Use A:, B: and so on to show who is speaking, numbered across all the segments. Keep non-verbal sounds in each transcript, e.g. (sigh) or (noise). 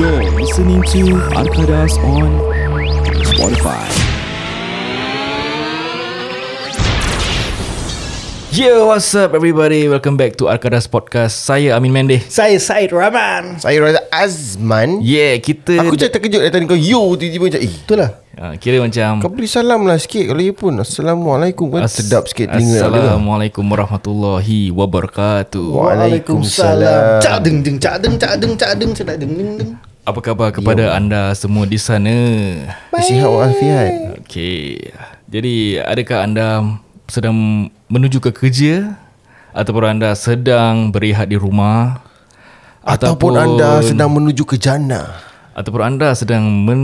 A: You're listening to Arkadas on Spotify.
B: Yo, what's up everybody? Welcome back to Arkadas Podcast. Saya Amin Mendeh.
C: Saya Said Rahman.
D: Saya Raza Azman
B: Yeah, kita
D: Aku macam terkejut dari tadi kau You tiba-tiba macam Eh
C: Itulah.
B: Ah, kira macam
D: kau beri salam lah sikit Kalau you pun Assalamualaikum kan
B: As-
D: Sedap sikit telinga nak dengar.
B: Assalamualaikum warahmatullahi wabarakatuh.
D: Waalaikumsalam.
C: Cak deng deng cak deng cak deng cak deng cak deng deng deng.
B: Apa khabar kepada anda semua di sana?
D: Sihat walafiat
B: Okey. Jadi, adakah anda sedang menuju ke kerja ataupun anda sedang berehat di rumah
D: Ataupun anda sedang menuju ke jannah
B: ataupun anda sedang men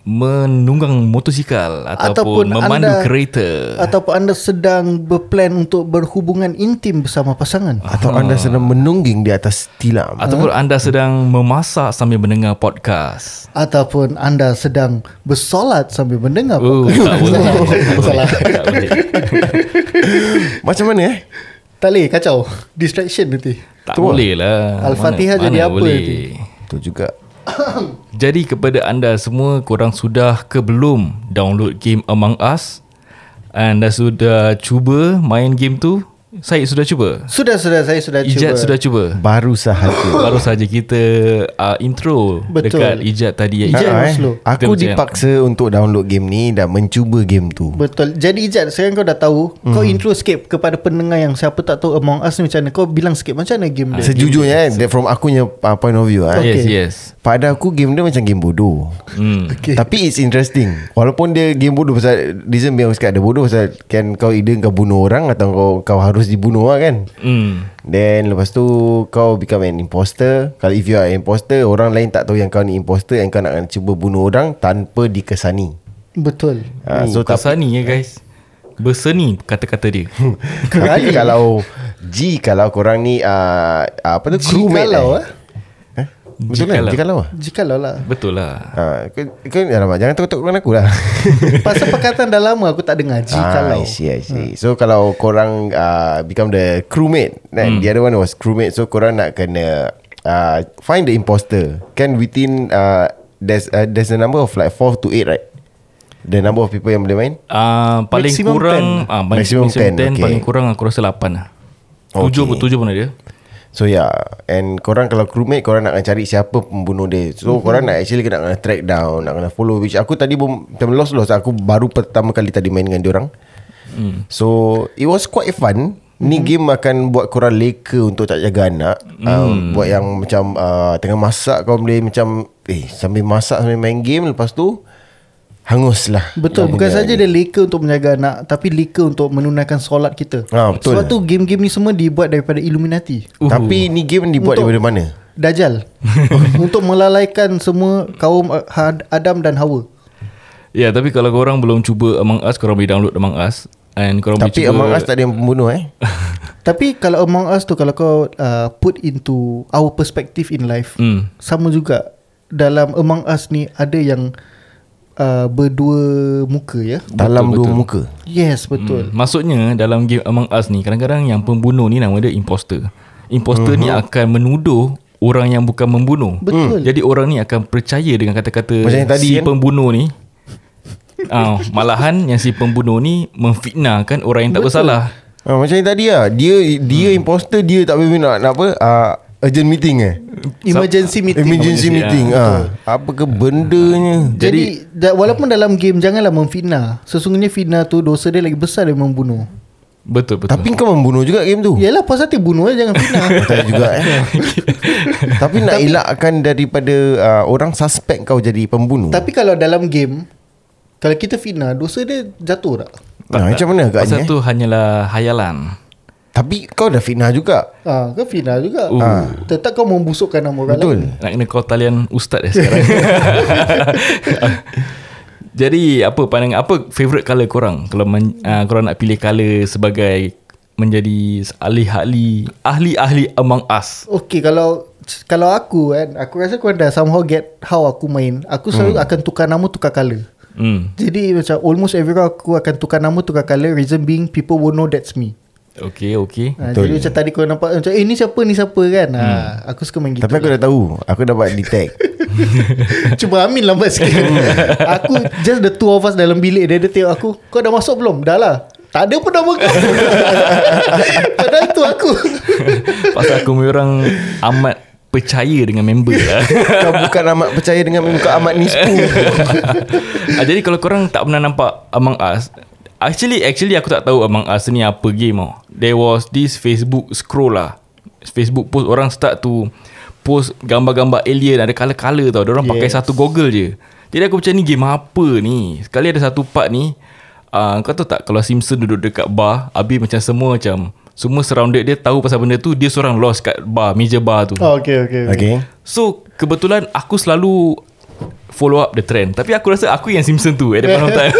B: menunggang motosikal ataupun, ataupun memandu anda, kereta
C: Ataupun anda sedang berplan untuk berhubungan intim bersama pasangan.
D: Atau anda sedang menungging di atas tilam
B: ataupun anda sedang memasak sambil mendengar podcast.
C: Ataupun anda sedang bersolat sambil mendengar.
B: Oh,
C: (laughs)
B: tak boleh.
C: Salah.
B: tak boleh.
D: Macam mana eh?
C: Tak boleh, kacau. Distraction nanti.
B: Tak boleh lah.
C: Al-Fatihah jadi apa nanti?
D: Itu juga
B: Jadi kepada anda semua, korang sudah ke belum download game Among Us? Anda sudah cuba main game tu? Said sudah cuba?
C: Sudah, sudah. Saya sudah
B: Ijat
C: cuba.
B: sudah cuba? (laughs)
D: Baru sahaja
B: Baru saja kita uh, intro
C: Betul.
B: dekat Ijat tadi. ya.
C: Ijat
D: Ha,
C: memang slow.
D: Aku
B: Kita macam-
D: dipaksa untuk download game ni Dan mencuba game tu
C: Betul. Jadi Ijat, sekarang kau dah tahu. Mm.
B: Hmm.
C: Kau intro sikit kepada pendengar yang siapa tak tahu Among Us ni macam mana. Kau bilang sikit macam mana game
B: Ah.
C: dia.
D: Sejujurnya eh that From akunya uh, point of view eh.
B: Yes, yes.
D: Pada aku game dia macam game bodoh
B: Hmm.
C: Okay.
D: Tapi it's interesting Walaupun dia game bodoh Pasal reason yang cakap dia bodoh Pasal kan kau either kau bunuh orang Atau kau kau harus dibunuh lah kan
B: Hmm.
D: Then lepas tu Kau become an imposter Kalau if you are an imposter Orang lain tak tahu yang kau ni imposter And kau nak cuba bunuh orang Tanpa (laughs) dikesani
C: Betul.
D: ha,
B: So
D: So tak
B: kasani ya guys. Berseni kata-kata
C: (laughs)
B: dia.
D: Tapi kalau G kalau korang ni uh, Apa tu
C: G
D: Crewmate
C: kalau,
D: eh. Eh? Betul
B: Jikalau.
D: kan G kalau ah?
C: Jikalau lah.
B: Betul lah.
D: Ha, kan, kan, alamak, jangan takut-takutkan aku lah (laughs)
C: Pasal perkataan dah lama aku tak dengar Jikalau
D: Ah, I see, I see. So kalau korang uh, become the crewmate, then the other one was crewmate. So korang nak kena uh, find the imposter. Can within uh, there's uh, there's a number of like four to eight, right? The number of people yang boleh main.
B: Uh, paling
C: Maximum
B: kurang ah, ma-
D: Maximum 10, okay.
B: paling kurang aku rasa 8 lah. Tujuh pun
D: Okay.
B: tujuh pun ada.
D: So yeah, and korang kalau crewmate korang nak cari siapa pembunuh dia. So
C: Mhm.
D: mm-hmm. korang nak actually kena, kena track down, nak kena follow which aku tadi pun macam lost lost aku baru pertama kali tadi main dengan diorang.
C: Hmm.
D: Mm. So it was quite fun. Ni
C: Mhm.
D: game akan buat korang leka untuk tak jaga anak. Mm. Uh,
C: Hmm.
D: buat yang macam uh, tengah masak kau boleh macam eh sambil masak sambil main game lepas tu hangus lah.
C: Betul Bukan saja dia leka untuk menjaga anak Tapi leka untuk menunaikan solat kita
D: Ah, betul.
C: Sebab tu game-game ni semua dibuat daripada Illuminati
B: Uhu.
D: Tapi ni game dibuat
C: Uh. Untuk-
D: daripada mana?
C: Dajjal (laughs) Untuk melalaikan semua kaum uh, Had- Adam dan Hawa
B: Ya, yeah, tapi kalau korang belum cuba Among Us, korang boleh download Among Us and korang
D: Tapi
B: boleh cuba
D: Among Us tak ada yang pembunuh
C: (laughs)
D: eh.
C: Tapi kalau Among Us tu Kalau kau uh, put into our perspective in life
B: Hmm.
C: Sama juga Dalam Among Us ni ada yang uh, Berdua muka ya
D: Dalam dua muka.
C: Yes betul
B: Hmm. Maksudnya dalam game Among Us ni kadang-kadang yang pembunuh ni nama dia imposter. Imposter uh-huh. ni
D: Mhm.
B: akan menuduh orang yang bukan membunuh.
C: Betul.
B: Jadi orang ni akan percaya dengan kata-kata
D: Macam yang tadi
B: si
D: kan?
B: pembunuh ni. Ah, malahan yang si pembunuh ni memfitnahkan orang yang tak bersalah.
D: Ha, macam yang tadi lah Dia dia hmm. imposter Dia tak boleh nak, nak apa uh, Urgent meeting eh
C: Emergency meeting
B: Emergency,
D: Emergency
B: ya.
D: meeting ah. Apa ke bendanya
C: Jadi, Jadi da, walaupun dalam game janganlah memfitnah. Sesungguhnya fitnah tu dosa dia lagi besar dari membunuh.
B: Betul betul. Ya.
D: Tapi kau membunuh juga game tu
C: Yalah puas hati bunuh eh jangan fitnah.
D: Tak juga
B: (laughs)
D: eh Tapi nak elakkan daripada uh, Orang suspect kau jadi pembunuh
C: Tapi kalau dalam game kalau kita fitnah dosa dia jatuh tak?
D: nah, Macam
B: (laughs)
D: mana
B: Pasal
D: agaknya eh?
B: tu hanyalah hayalan.
D: Tapi kau dah fitnah juga
C: Ah, kau fitnah juga.
B: Oh.
C: Ah. Tetap kau membusukkan nama orang lain.
D: Betul
B: Nak kena call talian ustaz dah sekarang. (laughs) Jadi apa pandangan apa favorite colour korang kalau men, uh, korang nak pilih colour sebagai menjadi ahli-ahli ahli-ahli among us.
C: Okay kalau kalau aku kan aku rasa kau dah somehow get how aku main. Aku selalu hmm. akan tukar nama tukar color.
B: Hmm.
C: Jadi macam almost every round aku akan tukar nama tukar color reason being people will know that's me.
B: Okay, okay.
C: Ha, jadi macam tadi kau nampak macam eh ni siapa ni siapa kan. Ha, aku suka main gitu.
D: Hmm. Tapi aku dah tahu Aku dapat detect
C: (laughs)
B: (laughs)
C: Cuba Amin lambat sikit
D: Hmm.
C: (laughs) Aku Just the two of us Dalam bilik dia Dia tengok aku Kau dah masuk belum? Dah lah Tak ada pun nama kau (laughs) Padahal tu aku
B: (laughs)
C: (laughs)
B: Pasal aku orang amat percaya dengan member lah.
D: Kau bukan amat percaya dengan Kau amat nispu
B: (laughs) ah, jadi kalau korang tak pernah nampak Among Us Actually actually aku tak tahu Among Us ni apa game tau There was this Facebook scroll lah Facebook post orang start to Post gambar-gambar alien Ada colour-colour tau Diorang yes. pakai satu goggle je Jadi aku macam ni game apa ni Sekali ada satu part ni uh, Kau tahu tak kalau Simpson duduk dekat bar Habis macam semua macam Semua surrounded dia tahu pasal benda tu Dia seorang lost kat bar Meja bar tu
C: oh, okay, okay, okay.
D: Okay
B: So kebetulan aku selalu follow up the trend Tapi aku rasa aku yang Simpson tu at that point of time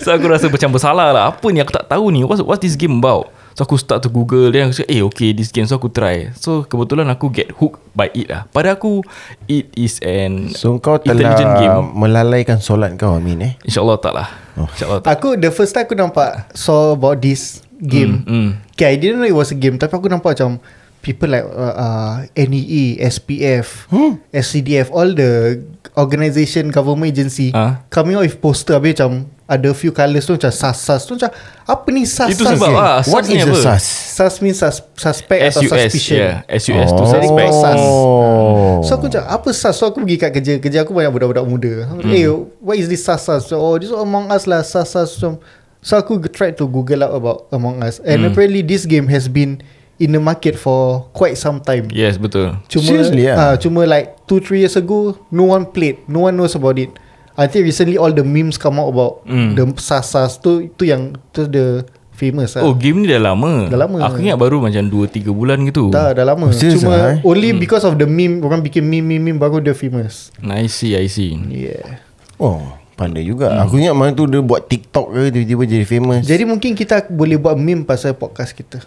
B: So aku rasa macam bersalah lah Apa ni aku tak tahu ni What's, what's this game about So aku start to google Then aku cakap eh okay this game So aku try So kebetulan aku get hooked by it lah Pada aku It is an
D: So kau
B: intelligent game
D: telah Melalaikan solat kau Amin eh
B: InsyaAllah tak lah InsyaAllah tak
C: Aku the first time aku nampak Saw about this game
B: mm.
C: Okay I didn't know it was a game Tapi aku nampak macam People like uh, uh, NEE SPF SCDF All the Organisation Government agency
B: Ah.
C: Coming out with poster Habis macam Ada few colours tu Macam sas-sas tu Macam Apa ni sas-sas
B: Itu sebab
C: ni?
B: lah
D: What
B: What
D: is
B: is
D: the
B: apa?
D: sus?
C: Sus means sus, suspect atau
B: SUS
C: suspicion.
B: yeah. SUS tu
D: Oh.
B: suspect
C: Sus.
D: Oh.
C: So aku macam apa sus? So aku pergi kat kerja. Kerja aku banyak budak-budak muda.
D: Hmm.
C: Mm. Eh, what is this sus sus? So, oh, this among us lah sus sus. So, so aku tried to google up about among us. And mm.
D: Hmm.
C: apparently this game has been in the market for quite some time.
B: Yes betul
C: Cuma
D: Seriously,
C: ah,
D: yeah.
C: cuma like 2 3 years ago no one played. No one knows about it. Until recently all the memes come out about
D: Hmm.
B: Mm.
C: the sus sus tu tu yang tu the famous lah.
B: Oh game ni dah lama
C: Dah lama.
B: Aku ingat baru macam 2-3 bulan gitu
C: Dah dah lama
D: Serious
C: Cuma
D: lah, eh?
C: only because of the meme Orang bikin meme-meme Baru dia famous
B: I see I see
C: Yeah
D: Oh Pandai juga hmm. Aku ingat mana tu Dia buat TikTok ke Tiba-tiba jadi famous
C: Jadi mungkin kita Boleh buat meme Pasal podcast kita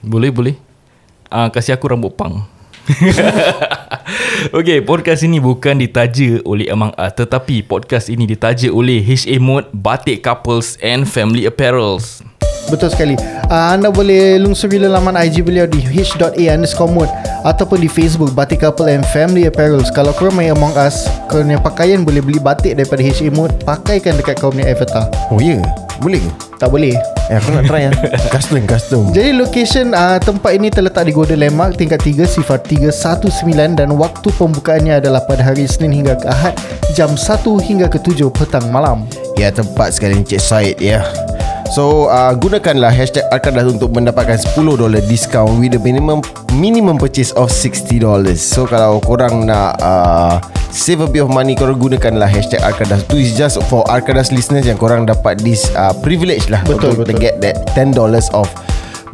B: Boleh boleh Ah uh, Kasih aku rambut pang (laughs) Okay podcast ini bukan ditaja oleh Among Us Tetapi podcast ini ditaja oleh HA Mode Batik Couples and Family Apparels
C: Betul sekali uh, Anda boleh lungsuri laman IG beliau di h.a underscore mode Ataupun di Facebook Batik Couple and Family Apparels Kalau korang main Among Us Korang punya pakaian boleh beli batik daripada HA mode Pakaikan dekat korang punya avatar
D: Oh ya yeah. Boleh ke?
C: Tak boleh
D: Eh aku nak
C: (laughs)
D: try lah Custom custom
C: Jadi location uh, tempat ini terletak di Golden Landmark tingkat 3 sifar 319 dan waktu pembukaannya adalah pada hari Senin hingga ke Ahad jam 1 hingga ke 7 petang malam.
D: Ya tempat sekali Encik Syed ya So uh, gunakanlah hashtag Arkadas untuk mendapatkan $10 discount with a minimum minimum purchase of $60. So kalau korang nak uh, save a bit of money korang gunakanlah hashtag Arkadas. Tu is just for Arkadas listeners yang korang dapat this uh, privilege lah
C: Betul,
D: untuk
C: betul.
D: get that $10 off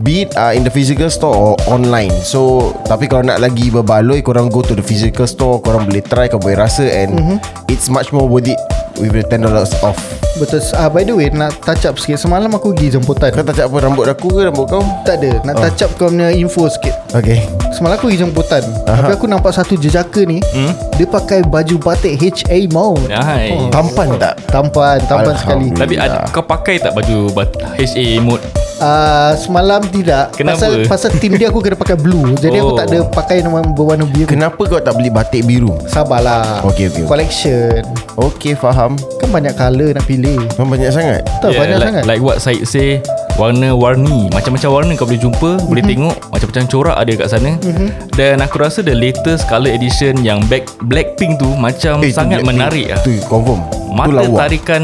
D: Be it uh, in the physical store or online So Tapi kalau nak lagi berbaloi Korang go to the physical store Korang boleh try Korang boleh rasa And mm-hmm. It's much more worth it With the $10 off
C: Betul. Uh, by the way nak touch up sikit semalam aku pergi
D: Kau
C: jemputan.
D: tak cakap apa Rambut aku ke rambut kau
C: Tak ada nak touch up kau punya info sikit.
D: Okay
C: Semalam aku pergi jemputan Tapi aku nampak satu jejaka ni hmm? Dia pakai baju batik HA Mount
B: Hai oh.
D: Tampan tak
C: Tampan Tampan sekali
D: Alhamdulillah.
B: Tapi ada, kau pakai tak baju bat- HA Mode
C: uh, Semalam tidak
B: Kenapa?
C: Pasal, pasal tim dia aku kena pakai blue Jadi aku
B: Oh.
C: tak ada pakai yang berwarna biru
D: Kenapa kau tak beli batik biru
C: Sabarlah
D: Okey, okey, okey.
C: Collection
D: Okay faham
C: Kan banyak colour nak pilih
D: Memang banyak sangat
C: Tak yeah, banyak
B: Ya, like,
C: sangat
B: Like what Syed say Warna-warni Macam-macam warna kau boleh jumpa mm-hmm. Boleh tengok Macam-macam corak ada kat sana mm-hmm. Dan aku rasa the latest colour edition Yang back, Blackpink tu Macam eh,
D: Eh, tu
B: sangat
D: Blackpink.
B: menarik lah
D: Tu confirm Tu
B: Mata
D: lawa
B: tarikan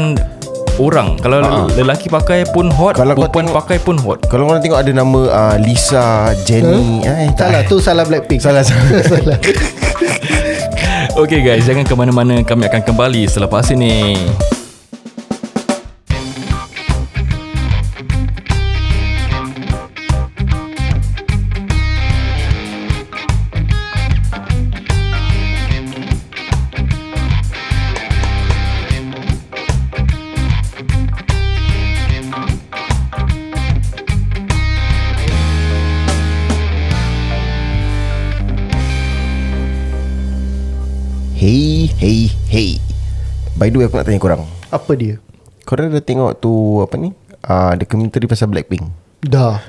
B: orang Kalau lelaki pakai pun hot
D: Kalau
B: Kalau
D: kau
B: Perempuan
D: tengok-
B: pakai pun hot
D: Kalau korang tengok ada nama uh, Lisa Jenny eh, tak-
C: Salah tu salah Blackpink
D: Salah salah
C: (laughs) Salah
B: Okay guys Jangan ke mana-mana Kami akan kembali Selepas ini
D: Hey Hey Hey By the way aku nak tanya korang
C: Apa dia?
D: Ah, Korang dah tengok tu Apa ni uh, Dokumentari pasal Blackpink
C: Dah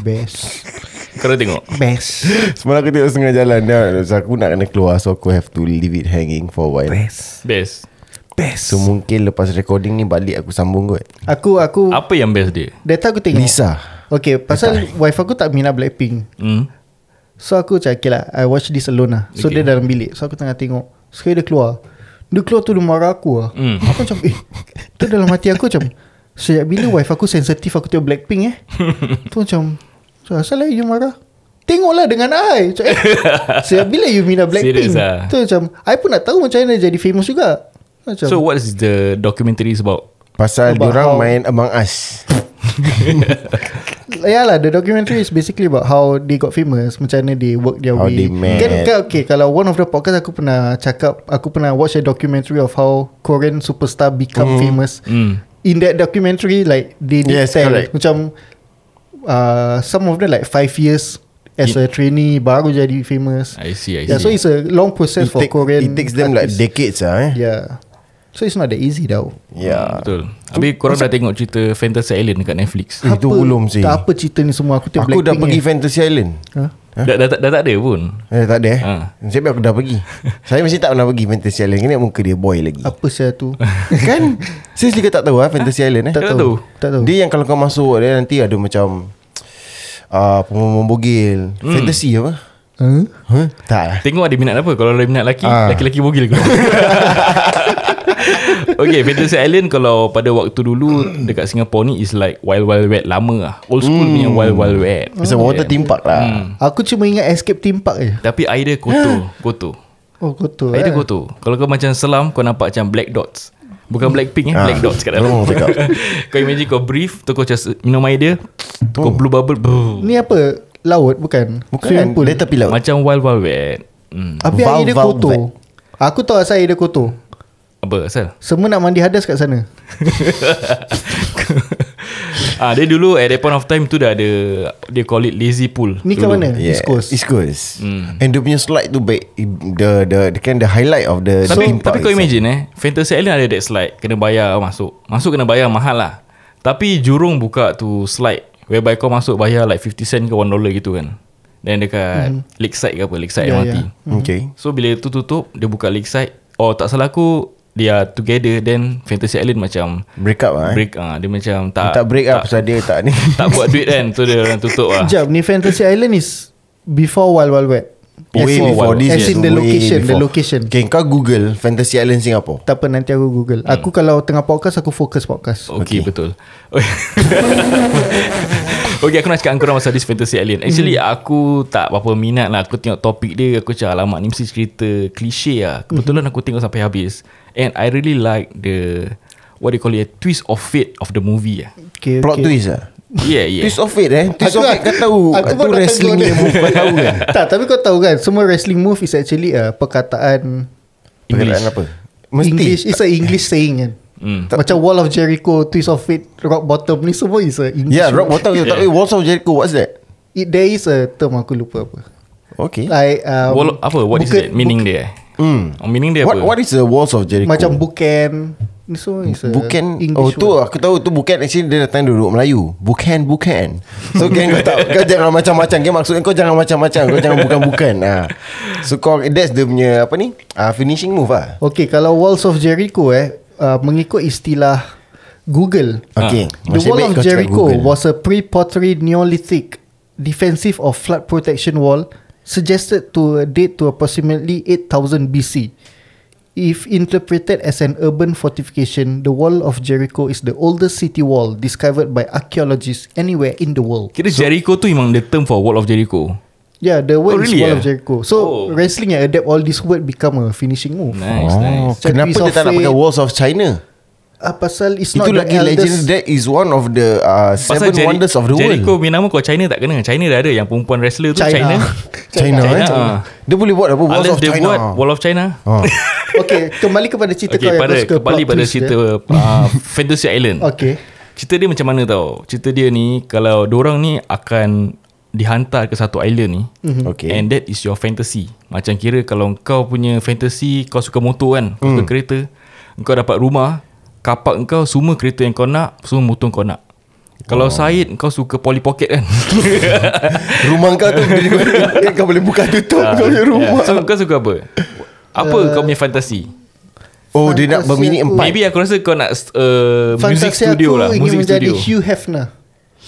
C: Best
B: Kau dah tengok
C: Best
D: (laughs) Semalam aku tengok setengah jalan dah. So aku nak kena keluar So aku have to leave it hanging for a while
C: Best
B: Best
D: So mungkin lepas recording ni Balik aku sambung kot
C: Aku aku
B: Apa yang best dia
C: Data aku tengok
D: Lisa
C: Okay pasal wife aku tak minat Blackpink
B: hmm.
C: So aku macam okay lah I watch this alone lah So
B: Okay.
C: okay. dia dalam bilik So aku tengah tengok Sekali dia keluar Dia keluar tu dia marah aku lah
B: Hmm.
C: mm. Aku macam eh Tu dalam hati aku macam Sejak bila wife aku sensitif Aku tengok Blackpink eh Tu macam so, Asal lah you marah Tengoklah dengan I Macam eh Sejak bila you minat
B: Serious
C: Blackpink
B: ah?
C: Tu macam I pun nak tahu macam mana dia jadi famous juga Macam
B: So what is the documentary is about
D: Pasal
C: About how-
D: diorang main Among Us
C: Ya lah The documentary is basically about How they got famous Macam mana they work their
D: How
C: way
D: they met.
C: kan, kan okay Kalau one of the podcast Aku pernah cakap Aku pernah watch a documentary Of how Korean superstar Become mm. famous
B: Hmm.
C: In that documentary Like they did
D: Mm-hmm. Yes,
C: tell
D: correct.
C: Macam uh, Some of them like 5 years As a trainee Baru jadi famous
B: I see I see
C: Yeah, Ya, so it's a long process
D: it,
C: for
D: take,
C: Korean
D: it takes them like
C: artists. Ya.
D: decades lah eh Ya.
C: Yeah So it's not that easy tau
D: Yeah,
B: Betul Habis korang dah tengok cerita Fantasy Island dekat Netflix
D: Eh, Itu
C: Apa-
D: belum sih
C: Tak apa cerita ni semua Aku tengok
D: Aku dah
C: Blackpink
D: pergi
C: eh.
D: Fantasy Island
C: Huh?
B: dah, dah, tak- dah tak ada pun
D: Eh tak ada eh
B: Ha.
D: Sebab aku dah pergi Saya masih tak pernah pergi Fantasy Island Kena muka dia boy lagi
C: Apa saya
D: (laughs)
C: tu (laughs)
D: Kan Seriously kau tak tahu ah Fantasy Island eh
B: Tak tahu.
C: Tak tahu
D: Dia yang kalau kau masuk Dia nanti ada macam uh, Pemain bogil hmm. Fantasy apa
C: huh?
D: huh? Tak lah
B: Tengok ada minat apa Kalau ada minat lelaki
D: Ah.
B: Lelaki-lelaki bogil
D: (laughs)
B: ke Okay Fantasy Island Kalau pada waktu dulu Dekat Singapore ni Is like Wild Wild Wet Lama lah Old school punya Wild Wild Wet
C: Oh.
D: Pasal Hmm. water theme park lah hmm.
C: Aku cuma ingat escape theme park je.
B: Tapi air dia
D: (gasps)
B: kotor Kotor
C: Oh kotor.
B: Air
C: Eh.
B: dia kotor Kalau kau macam selam Kau nampak macam black dots Bukan black pink eh
D: Ah.
B: Black dots kat dalam
D: Tolong cakap.
B: (laughs) Kau imagine kau brief Tu kau just minum air dia
D: Oh.
B: Kau blue bubble brr.
C: Ni apa? Laut bukan?
D: Bukan Dia tepi laut
B: Macam wild wild wet hmm.
C: Tapi air dia
D: Val-
C: kotor.
D: Valvet.
C: Aku tahu asal air dia kotor.
B: Apa asal
C: Semua nak mandi hadas kat sana.
B: (laughs) ah, Dia dulu at that point of time tu dah ada They call it lazy pool
C: Ni kat mana?
D: Yeah.
C: East Coast.
D: East Coast mm. And dia punya slide tu baik The the the, kan the highlight of the the
B: Tapi
D: theme
B: tapi
D: park
B: kau
D: itself.
B: imagine eh Fantasy Island ada that slide Kena bayar masuk Masuk kena bayar mahal lah Tapi Jurong buka tu slide Whereby kau masuk bayar like 50 cent ke 1 dollar gitu kan Then dekat mm-hmm. Lakeside ke apa Lakeside yeah,
C: Hmm.
B: MRT
C: Ya, ya.
B: yeah.
D: Okay
B: So bila tu tutup Dia buka Lakeside Oh tak salah aku Dia together Then Fantasy Island macam
D: Break up lah eh.
B: Break ah, Dia macam tak
D: Tak break up Pasal dia tak ni
B: tak buat duit kan So dia orang
C: (laughs)
B: tutup lah
C: Sekejap ni Fantasy Island is before Wild Wild Wet.
D: Way
C: As in-
D: before this
C: As
D: yes.
C: in the
D: Way
C: location, the
D: before.
C: location.
D: Okay kau google Fantasy Island Singapore
C: Tak apa nanti aku google. Aku kalau tengah podcast aku fokus podcast.
B: Okay, okay. betul (laughs) Okay aku nak cakap dengan korang Pasal this fantasy alien Actually
D: Hmm.
B: mm. aku Tak berapa minat lah Aku tengok topik dia Aku cakap Alamak ni mesti cerita Klise lah
D: Hmm.
B: Kebetulan aku tengok sampai habis And I really like the What they call it A twist of fate Of the movie lah
C: Okay,
D: Plot
C: okay.
D: twist lah
B: Yeah yeah
D: Twist of it eh Twist
C: Aku-
D: of it kau tahu
C: aku
D: Itu
C: baru nak
D: wrestling
C: tegur
D: dia
C: dia.
D: move Kau tahu
C: (laughs)
D: kan
C: tak, tapi kau tahu (laughs) kan semua wrestling move is actually a perkataan
D: Perkataan apa Mesti
C: English It's a English saying kan
B: Hmm.
C: Macam Wall of Jericho Twist of Fate Rock Bottom Ni semua is a English
D: Yeah Ya, rock bottom yeah. Tak tahu Walls of Jericho What's that
C: It, There is a term Aku lupa apa
D: Okay
C: Like um,
B: Wall, Apa what is that
C: bukan-
B: Meaning dia
D: Hmm.
B: oh, Meaning dia
D: What
B: apa
D: what is the Walls of Jericho
C: Macam bookend Ni semua is a
D: Bukan
C: English
D: Oh tu
C: word.
D: aku tahu tu bukan Actually dia datang duduk Melayu Bukan bukan So kan kau tak Kau jangan macam-macam Kan maksudnya kau jangan macam-macam Kau jangan bukan-bukan ha. So kau That's dia punya Apa ni uh, Finishing move lah
C: Okay kalau Walls of Jericho eh uh, Mengikut istilah Google
B: Ah.
D: Okay
C: The
D: Nasib
C: Wall of
D: baik kau cakap
C: Jericho
D: Google.
C: was a pre-pottery Neolithic defensive or flood protection wall suggested to date to approximately 8000 BC. If interpreted as an urban fortification, the Wall of Jericho is the oldest city wall discovered by archaeologists anywhere in the world.
B: Kira Jericho tu memang the term for Wall of Jericho
C: Yeah, the word
B: Oh, really,
C: is Wall
B: eh?
C: of Jericho. So
B: Oh.
C: wrestling yang adapt all this word become a finishing move.
B: Nice
D: Oh,
B: nice
D: Kenapa
C: Twist
D: dia
C: of
D: tak nak pakai
C: Fate.
D: Walls of China
C: Ah, pasal it's
D: Itu
C: not
D: lagi
C: the eldest.
D: legend That is one of the uh, Seven
B: Jeri-
D: wonders of the
B: Jericho
D: world
B: punya nama kau China tak kena China dah ada Yang perempuan wrestler tu China,
C: China.
D: (laughs) China,
B: China,
D: eh?
B: ah.
D: Dia boleh buat apa Walls
B: Unless
D: Oh, of
B: dia
D: China
B: buat Wall of China
D: Ah.
C: okay, kembali kepada cerita
B: Okay,
C: kau yang
B: pada,
C: kau suka
B: kembali
C: plot
B: pada
C: twist
B: cerita
C: dia.
B: uh, Fantasy Island
C: (laughs) Okay.
B: Cerita dia macam mana tau Cerita dia ni Kalau dorang ni akan Dihantar ke satu island ni
D: Okay.
B: And that is your fantasy Macam kira kalau kau punya fantasy Kau suka motor kan Kau
D: Hmm.
B: suka kereta Kau dapat rumah Kapak kau semua kereta yang kau nak Semua motor kau nak Kalau
D: Oh.
B: Syed kau suka Polly Pocket
D: (laughs)
B: kan
D: Rumah kau
B: (laughs)
D: tu boleh dibuka- Kau boleh buka tutup Kau punya rumah
B: Ah, yeah. So kau suka apa Apa uh, kau punya fantasi
D: Oh dia nak
C: Fantasi
D: berminit
C: aku-
D: empat
B: Maybe aku rasa kau nak uh, Music
C: Fantasi
B: studio
C: aku
B: lah
C: ingin
B: Music
C: menjadi
B: studio Hugh,
C: Hugh Hefner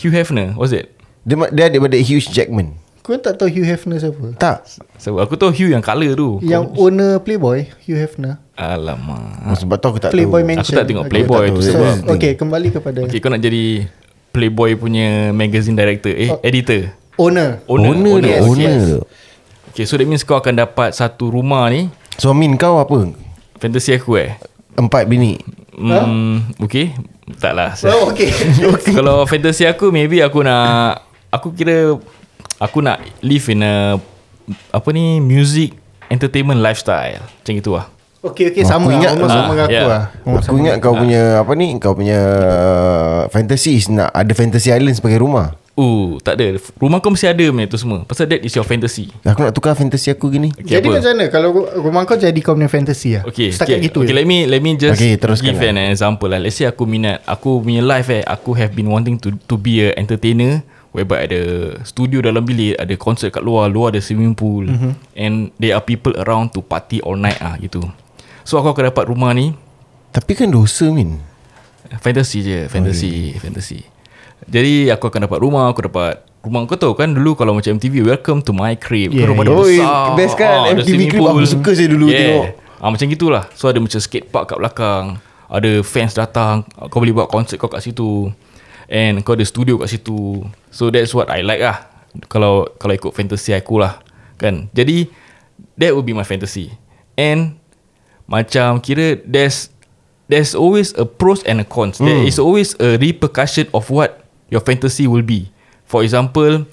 B: Hugh Hefner What's it
D: Dia, ma- dia daripada Hugh Jackman
C: Kau tak tahu Hugh Hefner siapa
D: Tak
B: so, Aku tahu Hugh yang colour tu
C: Yang
B: Kau-
C: owner Playboy Hugh Hefner
B: Alamak
D: oh, Sebab tu aku tak
C: Playboy
D: tahu
C: Mansion
B: tak tengok
C: Okay.
B: Playboy
D: tu
C: so,
D: sebab-
C: Okay kembali kepada
B: Okay kau nak jadi Playboy punya magazine director Eh editor
C: Owner
B: Owner
D: Owner dia
B: yes,
D: Owner
B: yes.
D: dia
B: Okay so that means kau akan dapat Satu rumah ni
D: So Min kau apa
B: Fantasi aku eh
D: Empat bini
B: Hmm, okay Tak lah
C: Oh
B: (laughs)
C: okay
B: Kalau fantasy aku Maybe aku nak Aku kira Aku nak live in a Apa ni Music Entertainment lifestyle Macam itu lah
C: Okay okay sama
D: Aku
C: lah
D: ingat
C: Almost
B: lah.
C: sama dengan aku
B: Yeah.
C: lah
D: Aku Ah. ingat kau punya Apa ni Kau punya uh, Fantasy is nak Ada fantasy island sebagai rumah
B: Uh, tak ada Rumah kau mesti ada punya tu semua Pasal that is your fantasy
D: Aku nak tukar fantasy aku gini
B: Okay,
C: Jadi
B: apa?
C: macam mana Kalau ru- rumah kau jadi kau punya fantasy lah
B: Okay
C: Setakat
B: okay,
C: gitu
B: okay,
C: je
B: let me Let me just
D: Okay, teruskan
B: Give an example lah Let's say aku minat Aku punya life eh Aku have been wanting to To be a entertainer Whereby ada Studio dalam bilik Ada concert kat luar Luar ada swimming pool
C: Mhm.
B: mm-hmm. And there are people around To party all night ah gitu So aku akan dapat rumah ni
D: Tapi kan dosa Min
B: Fantasy je
D: Oh,
B: Fantasy Fantasy Jadi aku akan dapat rumah Aku dapat Rumah kau tahu kan Dulu kalau macam MTV Welcome to my crib
C: Yeah,
B: yeah, Rumah dia
D: yeah. Oi,
B: besar Ah,
D: best kan?
B: ada
D: MTV
B: swimming
D: crib, aku suka saya dulu tengok.
B: ah, Macam gitulah So ada macam skate park kat belakang Ada fans datang Kau boleh buat konsert kau kat situ And kau ada studio kat situ So that's what I like lah Kalau kalau ikut fantasy aku lah Kan Jadi That would be my fantasy And Macam kira There's There's always a pros and a cons mm. There is always a repercussion of what Your fantasy will be For example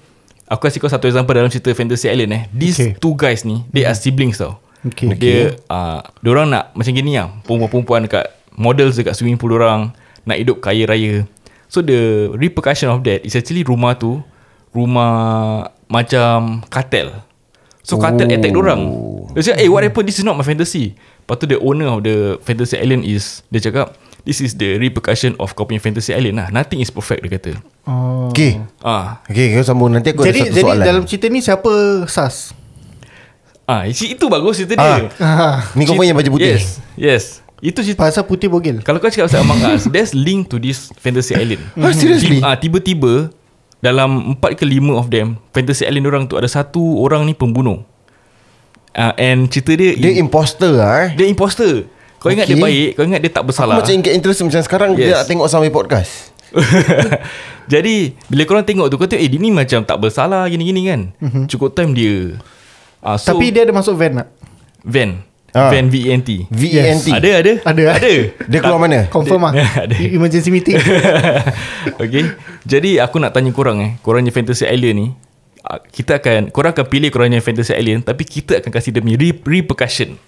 B: Aku kasih kau satu example dalam cerita Fantasy Island eh These
C: Okay.
B: okay. two guys ni They are siblings tau
C: Okay.
B: dia uh, orang nak macam gini lah perempuan-perempuan dekat models dekat swimming pool orang nak hidup kaya raya so the repercussion of that is actually rumah tu rumah macam kartel so kartel oh. attack orang dia cakap eh what happened this is not my fantasy lepas tu the owner of the fantasy island is dia cakap this is the repercussion of kau punya fantasy island lah nothing is perfect dia kata
C: Oh.
D: Okay
B: ah
D: Okay kau sambung Nanti aku
C: Jadi
D: ada satu
C: jadi
D: soalan
C: dalam cerita ni siapa
D: (laughs)
C: sas
B: ah itu bagus cerita dia
C: Ah,
D: Ni kau punya baju putih
B: yes yes itu cerita
C: Pasal putih bogel
B: Kalau kau cakap pasal Among
D: (laughs)
B: Us There's link to this Fantasy Island
D: Ah, seriously?
B: Tiba- ah, Tiba-tiba Dalam 4 ke 5 of them Fantasy Island orang tu Ada satu orang ni pembunuh uh, And cerita dia
D: Dia imposter lah eh
B: dia imposter Kau ingat
D: Okay.
B: dia baik Kau ingat dia tak
D: Aku
B: bersalah (laughs)
D: macam ingat interest Macam sekarang
B: Yes.
D: Dia nak tengok sampai podcast
B: Jadi Bila korang tengok tu Kau tengok Eh dia ni macam tak bersalah Gini-gini kan
D: Mhm.
B: Cukup time dia uh, so,
C: Tapi dia ada masuk van tak
B: Van
D: Ah.
B: Van V-E-N-T
D: VENT
B: Ada ada
C: Ada, eh?
B: Ada
D: E (laughs) Dia keluar mana
C: Confirm lah
B: (laughs) Ada.
C: Emergency meeting
B: (laughs) okay Jadi aku nak tanya korang eh Korang punya fantasy alien ni ah, Kita akan Korang akan pilih korang punya fantasy alien Tapi kita akan kasih dia punya re- repercussion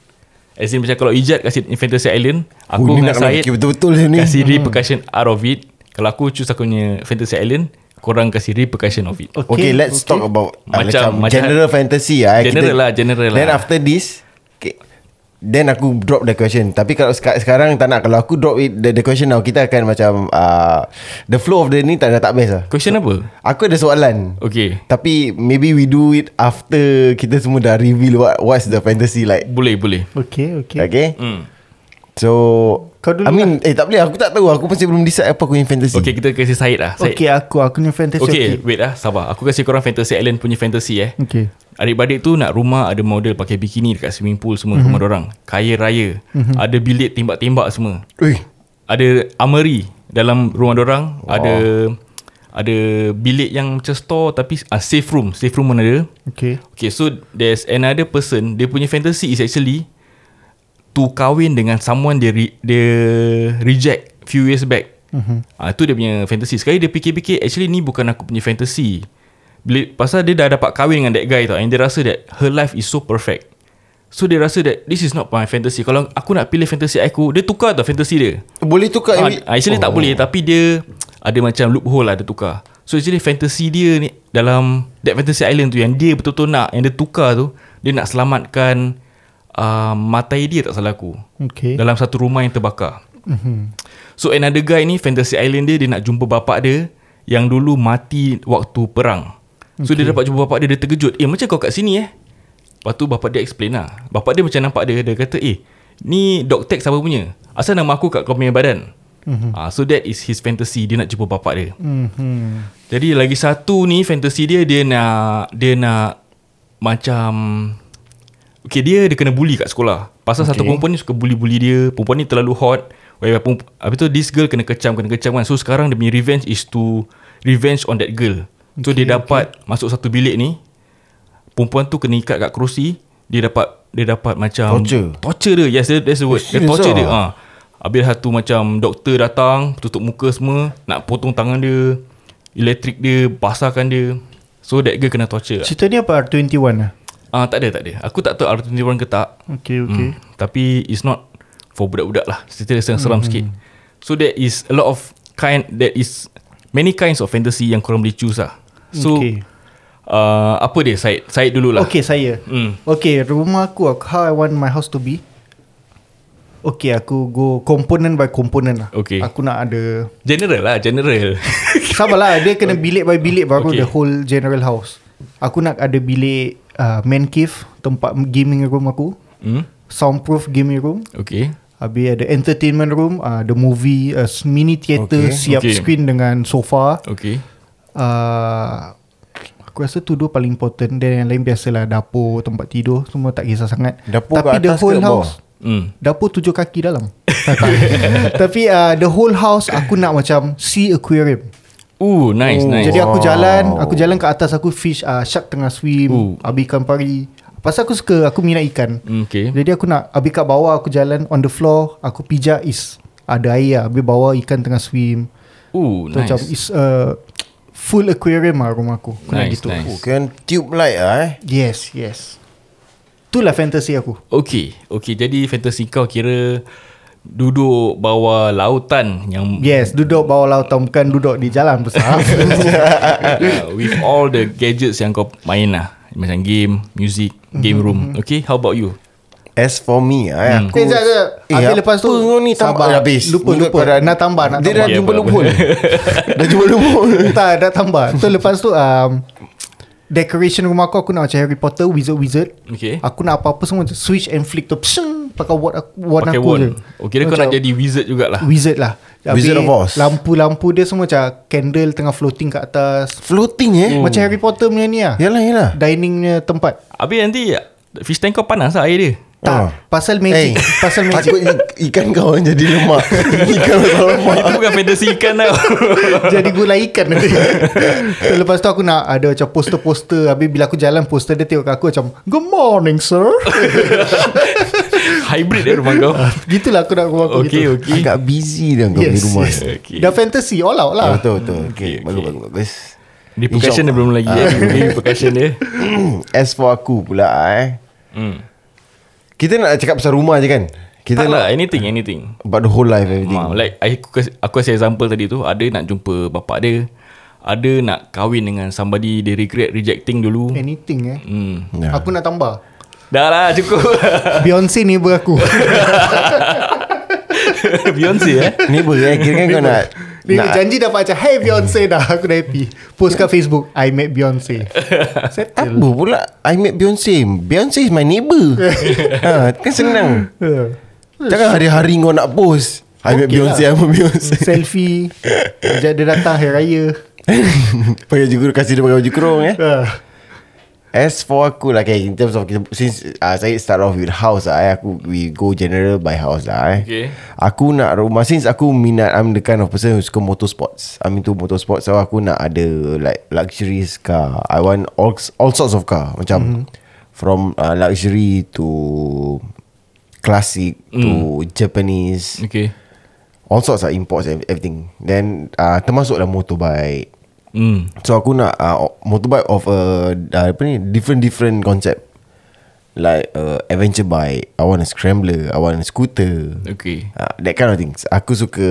B: As in macam kalau Ijat kasih fantasy alien Aku
D: Oh, ni
B: dengan
D: nak kena
B: Syed
D: fikir betul-betul ni. Hmm.
B: Kasih repercussion out of it Kalau aku choose aku punya fantasy alien Korang kasih repercussion of it
D: Okay, okay let's okay. talk about uh, macam,
B: Macam-
D: macam
B: macam-
D: general fantasy lah. eh.
B: General lah, general lah.
D: Then after this, okay, then aku drop the question. Tapi kalau seka- sekarang tak nak kalau aku drop it, the, the question now kita akan macam uh, the flow of the ni tak dah tak best lah.
B: Question apa?
D: Aku ada soalan.
B: Okay
D: Tapi maybe we do it after kita semua dah reveal what what's the fantasy like.
B: Boleh boleh
C: Okay okay
D: Okay.
B: hmm.
D: So
C: Kau dulu lah.
D: I mean, eh tak boleh aku tak tahu aku masih belum decide apa aku yang fantasy.
B: Okay kita kasih Syed lah Syed.
C: Okay aku Aku punya fantasy
B: okay, okay wait lah sabar Aku kasih korang fantasy alien punya fantasy eh
C: Okay
B: Adik-beradik tu nak rumah ada model pakai bikini dekat swimming pool semua mm-hmm. rumah orang. Kaya raya. Mm-hmm. Ada bilik tembak-tembak semua.
D: Ui,
B: Ada armory dalam rumah orang. Wow. Ada ada bilik yang macam store tapi uh, safe room. Safe room mana ada.
C: Okay
B: Okay so there's another person dia punya fantasy is actually to kahwin dengan someone dia re, dia reject few years back. Mm-hmm. Ah tu dia punya fantasy. Sekali dia fikir-fikir actually ni bukan aku punya fantasy. Bila, pasal dia dah dapat kahwin dengan that guy tau and dia rasa that her life is so perfect. So dia rasa that this is not my fantasy. Kalau aku nak pilih fantasy aku, dia tukar tau fantasy dia.
D: boleh tukar
B: Ah,
D: Amy?
B: actually oh. tak boleh tapi dia ada macam loophole lah dia tukar. So actually fantasy dia ni dalam that fantasy island tu yang dia betul-betul nak yang dia tukar tu dia nak selamatkan uh, matai dia tak salah aku.
C: Okay
B: Dalam satu rumah yang terbakar. Mm-hmm. So another guy ni fantasy island dia dia nak jumpa bapak dia yang dulu mati waktu perang. So okay. dia dapat jumpa bapak dia dia terkejut. Eh macam kau kat sini eh? Lepas tu bapak dia explain lah. Bapak dia macam nampak dia dia kata eh ni dog tag siapa punya? Asal nama aku kat kau punya badan? Mm-hmm. Ah, so that is his fantasy dia nak jumpa bapak dia.
C: Mm-hmm.
B: Jadi lagi satu ni fantasy dia dia nak dia nak macam Okay dia dia kena bully kat sekolah. Pasal okay. satu perempuan ni suka bully-bully dia. Perempuan ni terlalu hot. Whereby peremp- Habis tu this girl kena kecam kena kecam kan. So sekarang dia punya revenge is to revenge on that girl. So
C: Okay,
B: dia dapat okay. masuk satu bilik ni. Perempuan tu kena ikat kat kerusi. Dia dapat dia dapat macam
D: Torture.
B: Torture dia. Yes that- that's the word. Dia
D: Serious
B: torture
D: ah?
B: dia. Ha. Habis satu macam doktor datang tutup muka semua nak potong tangan dia. Elektrik dia basahkan dia. So that girl kena torture.
C: Cerita ni apa R21 lah
B: Ah tak ada tak ada. Aku tak tahu R21 ke tak.
C: Okay okay
B: Hmm. Tapi it's not for budak-budak lah. Cerita dia
C: Hmm,
B: seram-seram sikit. So there is a lot of kind there is many kinds of fantasy yang korang boleh choose lah. So
C: Okay.
B: okay. uh, apa dia Syed? Syed dululah.
C: Okay saya
B: Hmm.
C: Okay rumah aku aku- How I want my house to be Okay aku go Component by component lah
B: Okay.
C: Aku nak ada
B: General lah, general. (laughs)
C: Sabarlah Dia kena bilik by bilik Baru
B: Okay.
C: the whole general house Aku nak ada bilik uh, Man cave Tempat gaming room aku
B: hmm?
C: Soundproof gaming room
B: Okay.
C: Habis ada entertainment room uh, The movie uh, Mini theater
D: Okay.
C: Siap
B: Okay.
C: screen dengan sofa
B: Okay.
C: uh, Aku rasa tu dua paling important Dan yang lain biasalah Dapur, tempat tidur Semua tak kisah sangat
D: Dapur
C: Tapi
D: kat
C: the
D: atas ke
C: whole
D: kat bawah?
C: house
B: Hmm.
C: Dapur tujuh kaki dalam Tak,
B: (laughs)
C: tak. Tapi uh, the whole house Aku nak macam Sea aquarium
B: Ooh, nice, nice.
C: Oh, Jadi aku jalan Aku jalan ke atas Aku fish uh, Shark tengah swim
B: Ooh.
C: Abi ikan pari Pasal aku suka Aku minat ikan
B: Hmm, okay.
C: Jadi aku nak Habis kat bawah aku jalan On the floor Aku pijak is Ada air lah Habis bawah ikan tengah swim
B: Ooh,
C: So nice. macam
B: nice.
C: is a Full aquarium lah rumah aku Aku nak
B: Nice,
C: gitu
B: nice.
D: Oh, kan tube light lah eh.
C: Yes yes Itulah fantasy aku
B: Okay, okay. Jadi fantasi kau kira duduk bawah lautan yang
C: Yes duduk bawah lautan Bukan duduk di jalan
B: (laughs)
C: besar ya,
B: uh, with all the gadgets yang kau main lah macam game, music, game
C: Mhm,
B: room. Okay, how about you?
D: As for me
B: Hmm.
D: eh, aku
C: Kejap kejap Habis lepas tu
D: apa kau ni tambah
C: sabar.
D: habis.
C: Lupa
D: Mulut
C: lupa
D: kau dah-
C: Nak tambah nak
D: Dia
C: tambah
D: dah
B: Okey,
D: jumpa
B: apa, apa.
D: loophole. (laughs) dah jumpa loophole.
C: tak dah tambah So lepas tu um, Decoration rumah aku Aku nak macam Harry Potter Wizard-wizard
B: Okay.
C: Aku nak apa-apa semua macam Switch and flick tu Psheng Pakai wand aku, wand
B: Pakai
C: aku je
B: wand. Okay, kau
C: Macam
B: nak jadi wizard jugalah.
C: Wizard lah
D: Wizard of Oz.
C: Lampu-lampu dia semua macam Candle tengah floating kat atas
D: Floating eh.
B: Hmm.
C: Macam Harry Potter punya ni lah
D: Yalah yalah.
C: Dining punya tempat
B: Habis nanti fish tank kau panas lah air
C: (laughs)
B: dia.
C: Tak
D: Ah.
C: Pasal magic
D: Eh,
C: Pasal magic
D: Takut i- ikan kau yang jadi
B: (laughs)
D: lemak. ikan kau lemak.
B: Itu bukan fantasi ikan tau.
C: (laughs)
B: (laughs)
C: Jadi gula ikan
D: (laughs)
C: nanti so, Lepas tu aku nak Ada macam poster-poster Habis bila aku jalan Poster dia tengok kat aku macam Good morning
D: (laughs)
C: sir
B: Hybrid dia rumah kau.
C: Gitulah aku nak rumah aku
B: Okay,
C: gitu
B: okay.
D: Agak busy dah kau
C: Yes,
D: yes, di rumah.
C: yes.
D: Yes.
B: Okay.
C: Dah fantasy all out lah
D: Ah, betul betul. Okay,
B: Okay,
D: bagus
B: okay.
D: bagus bagus. (clears throat)
B: Dia percussion dia belum lagi. eh. Dia percussion
C: (laughs)
B: dia.
D: As for aku pula eh.
B: Hmm.
D: Kita nak cakap pasal rumah je kan. Kita
B: Tak lah,
D: nak
B: anything, anything.
D: about the whole life everything.
B: Ma, like aku kasi- aku kasih example tadi tu ada nak jumpa bapak dia, ada nak kahwin dengan somebody they regret rejecting dulu.
C: Anything eh
B: Hmm.
D: Ya.
C: Aku nak
D: (laughs)
C: tambah
B: Dah lah cukup.
C: Beyonce neighbor aku
B: Beyonce eh.
D: Neighbor eh Kira kan kau nak
C: Dia
D: nak,
C: janji dapat macam Hey Beyonce dah (laughs) Aku dah happy Post kat Facebook I met
D: (laughs)
C: Beyonce Settle
D: Apa pula I met Beyonce Beyonce is my
B: (laughs)
D: neighbor ha, Kan senang
C: Uh,
D: Jangan hari-hari kau nak post I met
C: Okay
D: Beyonce
C: lah.
D: I met Beyonce (laughs)
C: Selfie Dia dia datang Hari Raya
D: Pakai baju kurung Kasih dia pakai baju kurung eh
C: uh,
D: As for aku lah okay, In terms of kita, Since uh, saya start off with house lah eh, Aku We go general by house lah eh
B: Okay.
D: Aku nak rumah Since aku minat I'm the kind of person Who suka motorsports I'm into motorsports So aku nak ada Like luxury car I want all, all sorts of car Macam mm-hmm. From uh, luxury to Classic mm. To Japanese
B: Okay.
D: All sorts of imports and everything Then uh, Termasuklah motorbike
B: Hmm.
D: So aku nak uh, motorbike of a uh, apa ni different different concept. Like uh, adventure bike, I want a scrambler, I want a scooter.
B: Okay.
D: Uh, that kind of things. Aku suka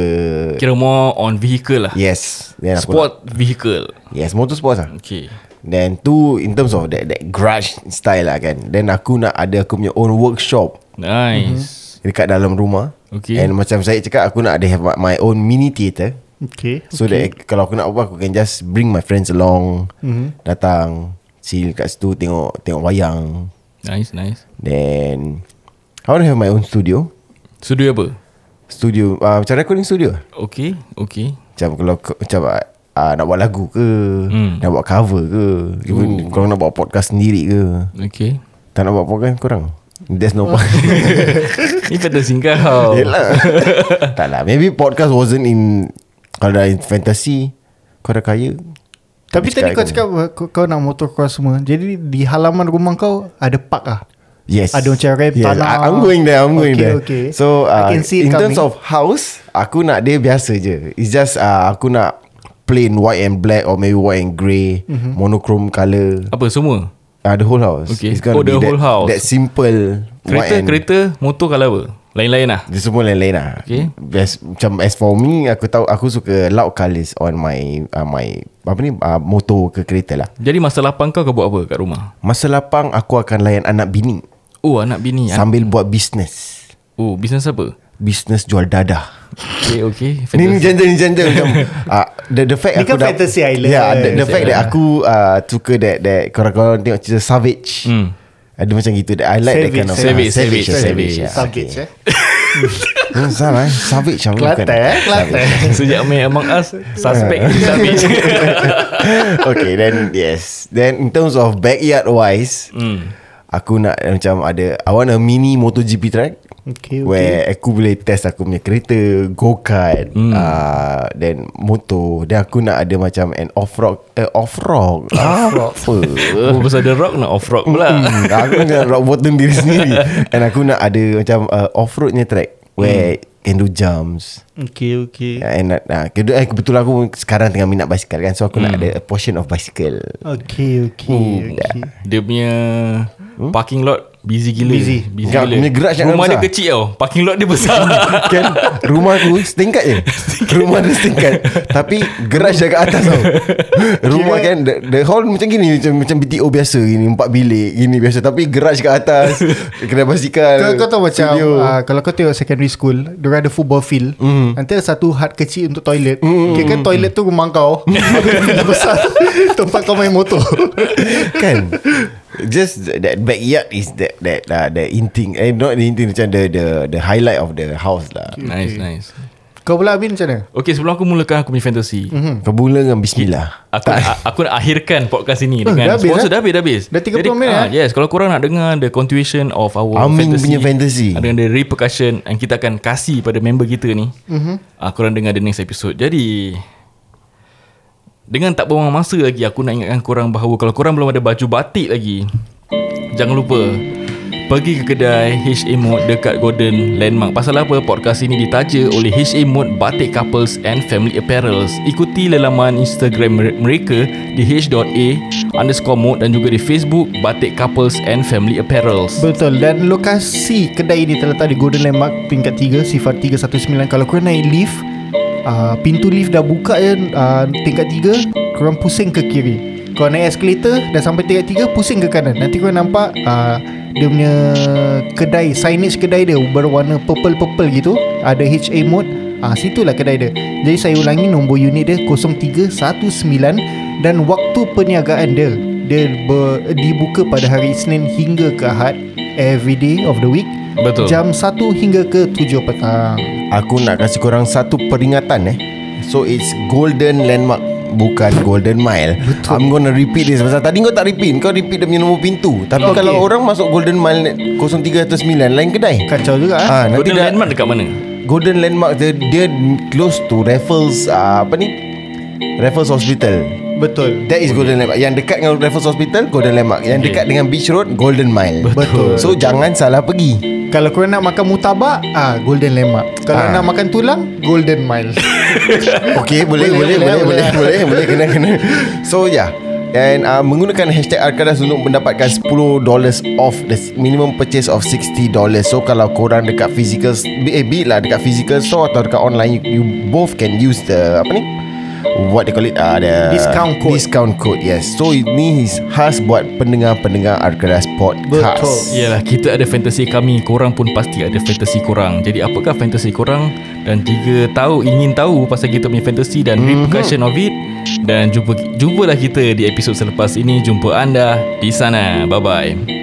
B: Kira more on vehicle lah.
D: yes. Then aku nak-
B: Sport vehicle.
D: yes, motorsports lah.
B: Okay.
D: Then tu in terms of that that garage style lah kan. Then aku nak ada aku punya own workshop
B: Nice.
D: dekat dalam rumah.
B: Okay.
D: And macam saya cakap aku nak ada have my- my own mini theater.
C: Okay.
D: So okay. that kalau aku nak apa aku can just bring my friends along.
C: Mhm.
D: Mm-hmm. Datang chill kat situ tengok tengok wayang.
B: Nice, nice.
D: Then I want to have my own studio.
B: Studio apa?
D: Studio uh, macam recording studio.
B: Okay, okay.
D: Macam kalau ke- macam uh, nak buat lagu ke,
C: Hmm.
D: mm. nak buat cover ke, even kalau nak buat podcast sendiri ke.
B: Okay. (laughs)
D: Tak nak buat podcast korang. There's
C: Oh.
D: no point.
C: (laughs)
B: Ni fantasy kau.
D: Yelah Tak lah Maybe podcast wasn't in Kalau dah in fantasy Kau dah kaya
C: Tapi
D: Habis
C: tadi kau
D: kan?
C: cakap uh, kau, kau nak motocross semua. Jadi di halaman rumah kau ada park ah.
D: Yes
C: Ada macam ramp,
D: yes.
C: tanah.
D: I- I'm going there I'm going
C: Okay,
D: there
C: okay.
D: So
C: I
D: uh,
C: can see it
D: In terms
C: coming.
D: of house Aku nak dia biasa je It's just uh, Aku nak Plain white and black Or maybe white and grey
C: Mhm.
D: mm-hmm. Monochrome colour
B: Apa semua?
D: uh, The whole house
B: Okay.
D: It's gonna
B: Oh, the
D: be that,
B: whole house.
D: That simple white
B: Kereta,
D: and-
B: kereta, motor kalau apa? Lain-lain lah.
D: Dia semua lain-lain lah
B: Okay.
D: Best, Macam as for me Aku tahu Aku suka loud colours On my uh, My Apa ni uh, Motor ke kereta lah
B: Jadi masa lapang kau kau buat apa kat rumah?
D: Masa lapang Aku akan layan anak bini
B: Oh, anak bini. Anak.
D: Sambil buat bisnes
B: Oh, bisnes apa?
D: Bisnes jual dadah
B: Okay, okay.
D: Ni ni
B: Fantasy.
D: janda ni janda
B: (laughs)
D: macam uh, the, the fact
C: Ni
D: aku
C: kan fantasy island.
D: Yeah the, the
B: Fantasy
D: fact that
B: island.
D: aku uh, Suka that that Korang-korang tengok cerita Savage
B: Hmm.
D: Ada macam gitu that I like that kind of
B: Savage,
D: Ah, Savage
B: savage,
D: Savage,
B: savage.
D: yeah,
C: Savage
D: okay.
C: eh.
D: (laughs) Hmm, Salah eh Savage apa bukan?
C: Kelantan eh. Kelantan.
B: Sejak main Among Us, suspect jadi
D: (laughs)
B: savage.
D: (laughs) okay then yes Then in terms of backyard wise
B: Hmm.
D: mm. Aku nak macam ada I want a mini MotoGP track
C: Okay, okay.
D: Where aku boleh test aku punya kereta Go-kart
B: Hmm.
D: mm. uh, Then motor Then aku nak ada macam An off-road eh, Off-road Apa
B: Oh, pasal The Rock nak off-rock pula.
D: Hmm, Aku nak rock bottom diri
C: (laughs)
D: sendiri And aku nak ada macam uh, Off-roadnya track
C: Hmm.
D: Where mm. Can do jumps
C: Okay, okay.
D: And uh, kedua, eh, Kebetulan aku sekarang tengah minat basikal kan So aku mm.
C: Hmm.
D: nak ada a portion of bicycle (laughs)
C: Okay,
D: Oh,
C: okay. okay.
B: Oh, Dia punya parking lot busy gila.
C: Busy.
B: busy
D: Enggak, Hmm? punya garage jangan
B: Rumah dia
D: besar.
B: kecil tau. Parking
D: (laughs)
B: lot dia besar.
D: Kan rumah aku setingkat je Rumah dia setingkat Tapi garage dia kat atas
C: (laughs)
D: tau Rumah kan the, the hall macam gini Macam macam BTO biasa gini Empat bilik gini biasa Tapi garage kat
C: (laughs)
D: atas Kedai basikal
C: Kau, kau tahu macam
D: studio.
C: uh, Kalau kau tengok secondary school Diorang ada football field mm. Nanti ada satu hut kecil untuk toilet mm. Kira kan toilet tu rumah kau Bila besar tu, Tempat kau main motor
D: Kan Just that backyard is that that uh, the inting eh not the inting macam the the the highlight of the house lah.
B: nice, nice.
C: Kau pula Amin macam mana?
B: Okay, sebelum aku mulakan aku punya fantasy.
D: Kau mula dengan bismillah.
B: Aku a- aku nak akhirkan podcast ini
C: Eh, dah
B: dengan
C: habis,
B: sponsor
C: eh?
B: dah habis dah habis.
C: Dah 30 minit,
B: ah,
C: eh?
B: Yes, kalau korang nak dengar the continuation of our
D: Amin
B: fantasy,
D: punya fantasy.
B: dengan the repercussion yang kita akan kasih pada member kita ni. Mhm. Ah, korang dengar the next episode. Jadi dengan tak buang masa lagi aku nak ingatkan korang bahawa kalau korang belum ada baju batik lagi jangan lupa pergi ke kedai HA Mode dekat Golden Landmark. Pasal apa podcast ini ditaja oleh HA Mode Batik Couples and Family Apparels. Ikuti lelaman Instagram mere- mereka di h.a underscore mode dan juga di Facebook Batik Couples and Family Apparels.
C: Betul dan lokasi kedai ini terletak di Golden Landmark tingkat 3 sifar 319 kalau korang naik lift uh, pintu lift dah buka ya uh, tingkat 3 korang pusing ke kiri kalau naik escalator dah sampai tingkat 3 pusing ke kanan nanti korang nampak uh, dia punya kedai signage kedai dia berwarna purple-purple gitu ada HA mode Ah, situlah kedai dia. Jadi saya ulangi nombor unit dia 0319 dan waktu perniagaan dia dia ber, dibuka pada hari Isnin hingga ke Ahad every day of the week
B: Betul.
C: jam 1 hingga ke 7 petang.
D: Aku nak kasih korang satu peringatan eh. So it's Golden Landmark bukan Golden Mile. Betul. I'm gonna repeat this pasal tadi kau tak repeat, kau repeat dia punya nombor pintu. Tapi okay.
C: Okay.
D: kalau orang masuk Golden Mile 0309 lain kedai.
C: Kacau juga ah.
D: Ah, nanti
B: Golden
D: dah,
B: Landmark dekat mana?
D: Golden Landmark dia, dia close to Raffles uh, apa ni? Raffles Hospital.
C: Betul.
D: That is Golden Landmark. Yang dekat dengan Raffles Hospital Golden Landmark. Yang
B: Okay.
D: dekat dengan Beach Road Golden Mile.
C: Betul.
D: So jangan salah pergi.
C: Kalau korang nak makan mutabak, ah Golden Landmark. Kalau
D: Ah.
C: nak makan tulang, Golden (laughs) Mile.
D: Okay boleh
C: Boleh,
D: boleh boleh
C: boleh,
D: boleh
C: boleh.
D: boleh boleh kena kena. So yeah. And uh, menggunakan hashtag Arkadas untuk mendapatkan $10 off the s- minimum purchase of $60. So kalau korang dekat physical s- eh, be it lah dekat physical store atau dekat online you, you both can use the apa ni? what they call it uh, the
C: Discount code.
D: discount code yes so ini is khas buat pendengar-pendengar Arkadas podcast
C: Betul.
B: Yalah kita ada fantasi kami Korang pun pasti ada fantasi korang Jadi apakah fantasi korang Dan jika tahu ingin tahu Pasal kita punya fantasi Dan mm-hmm. repercussion of it Dan jumpa jumpalah kita di episod selepas ini Jumpa anda di sana Bye bye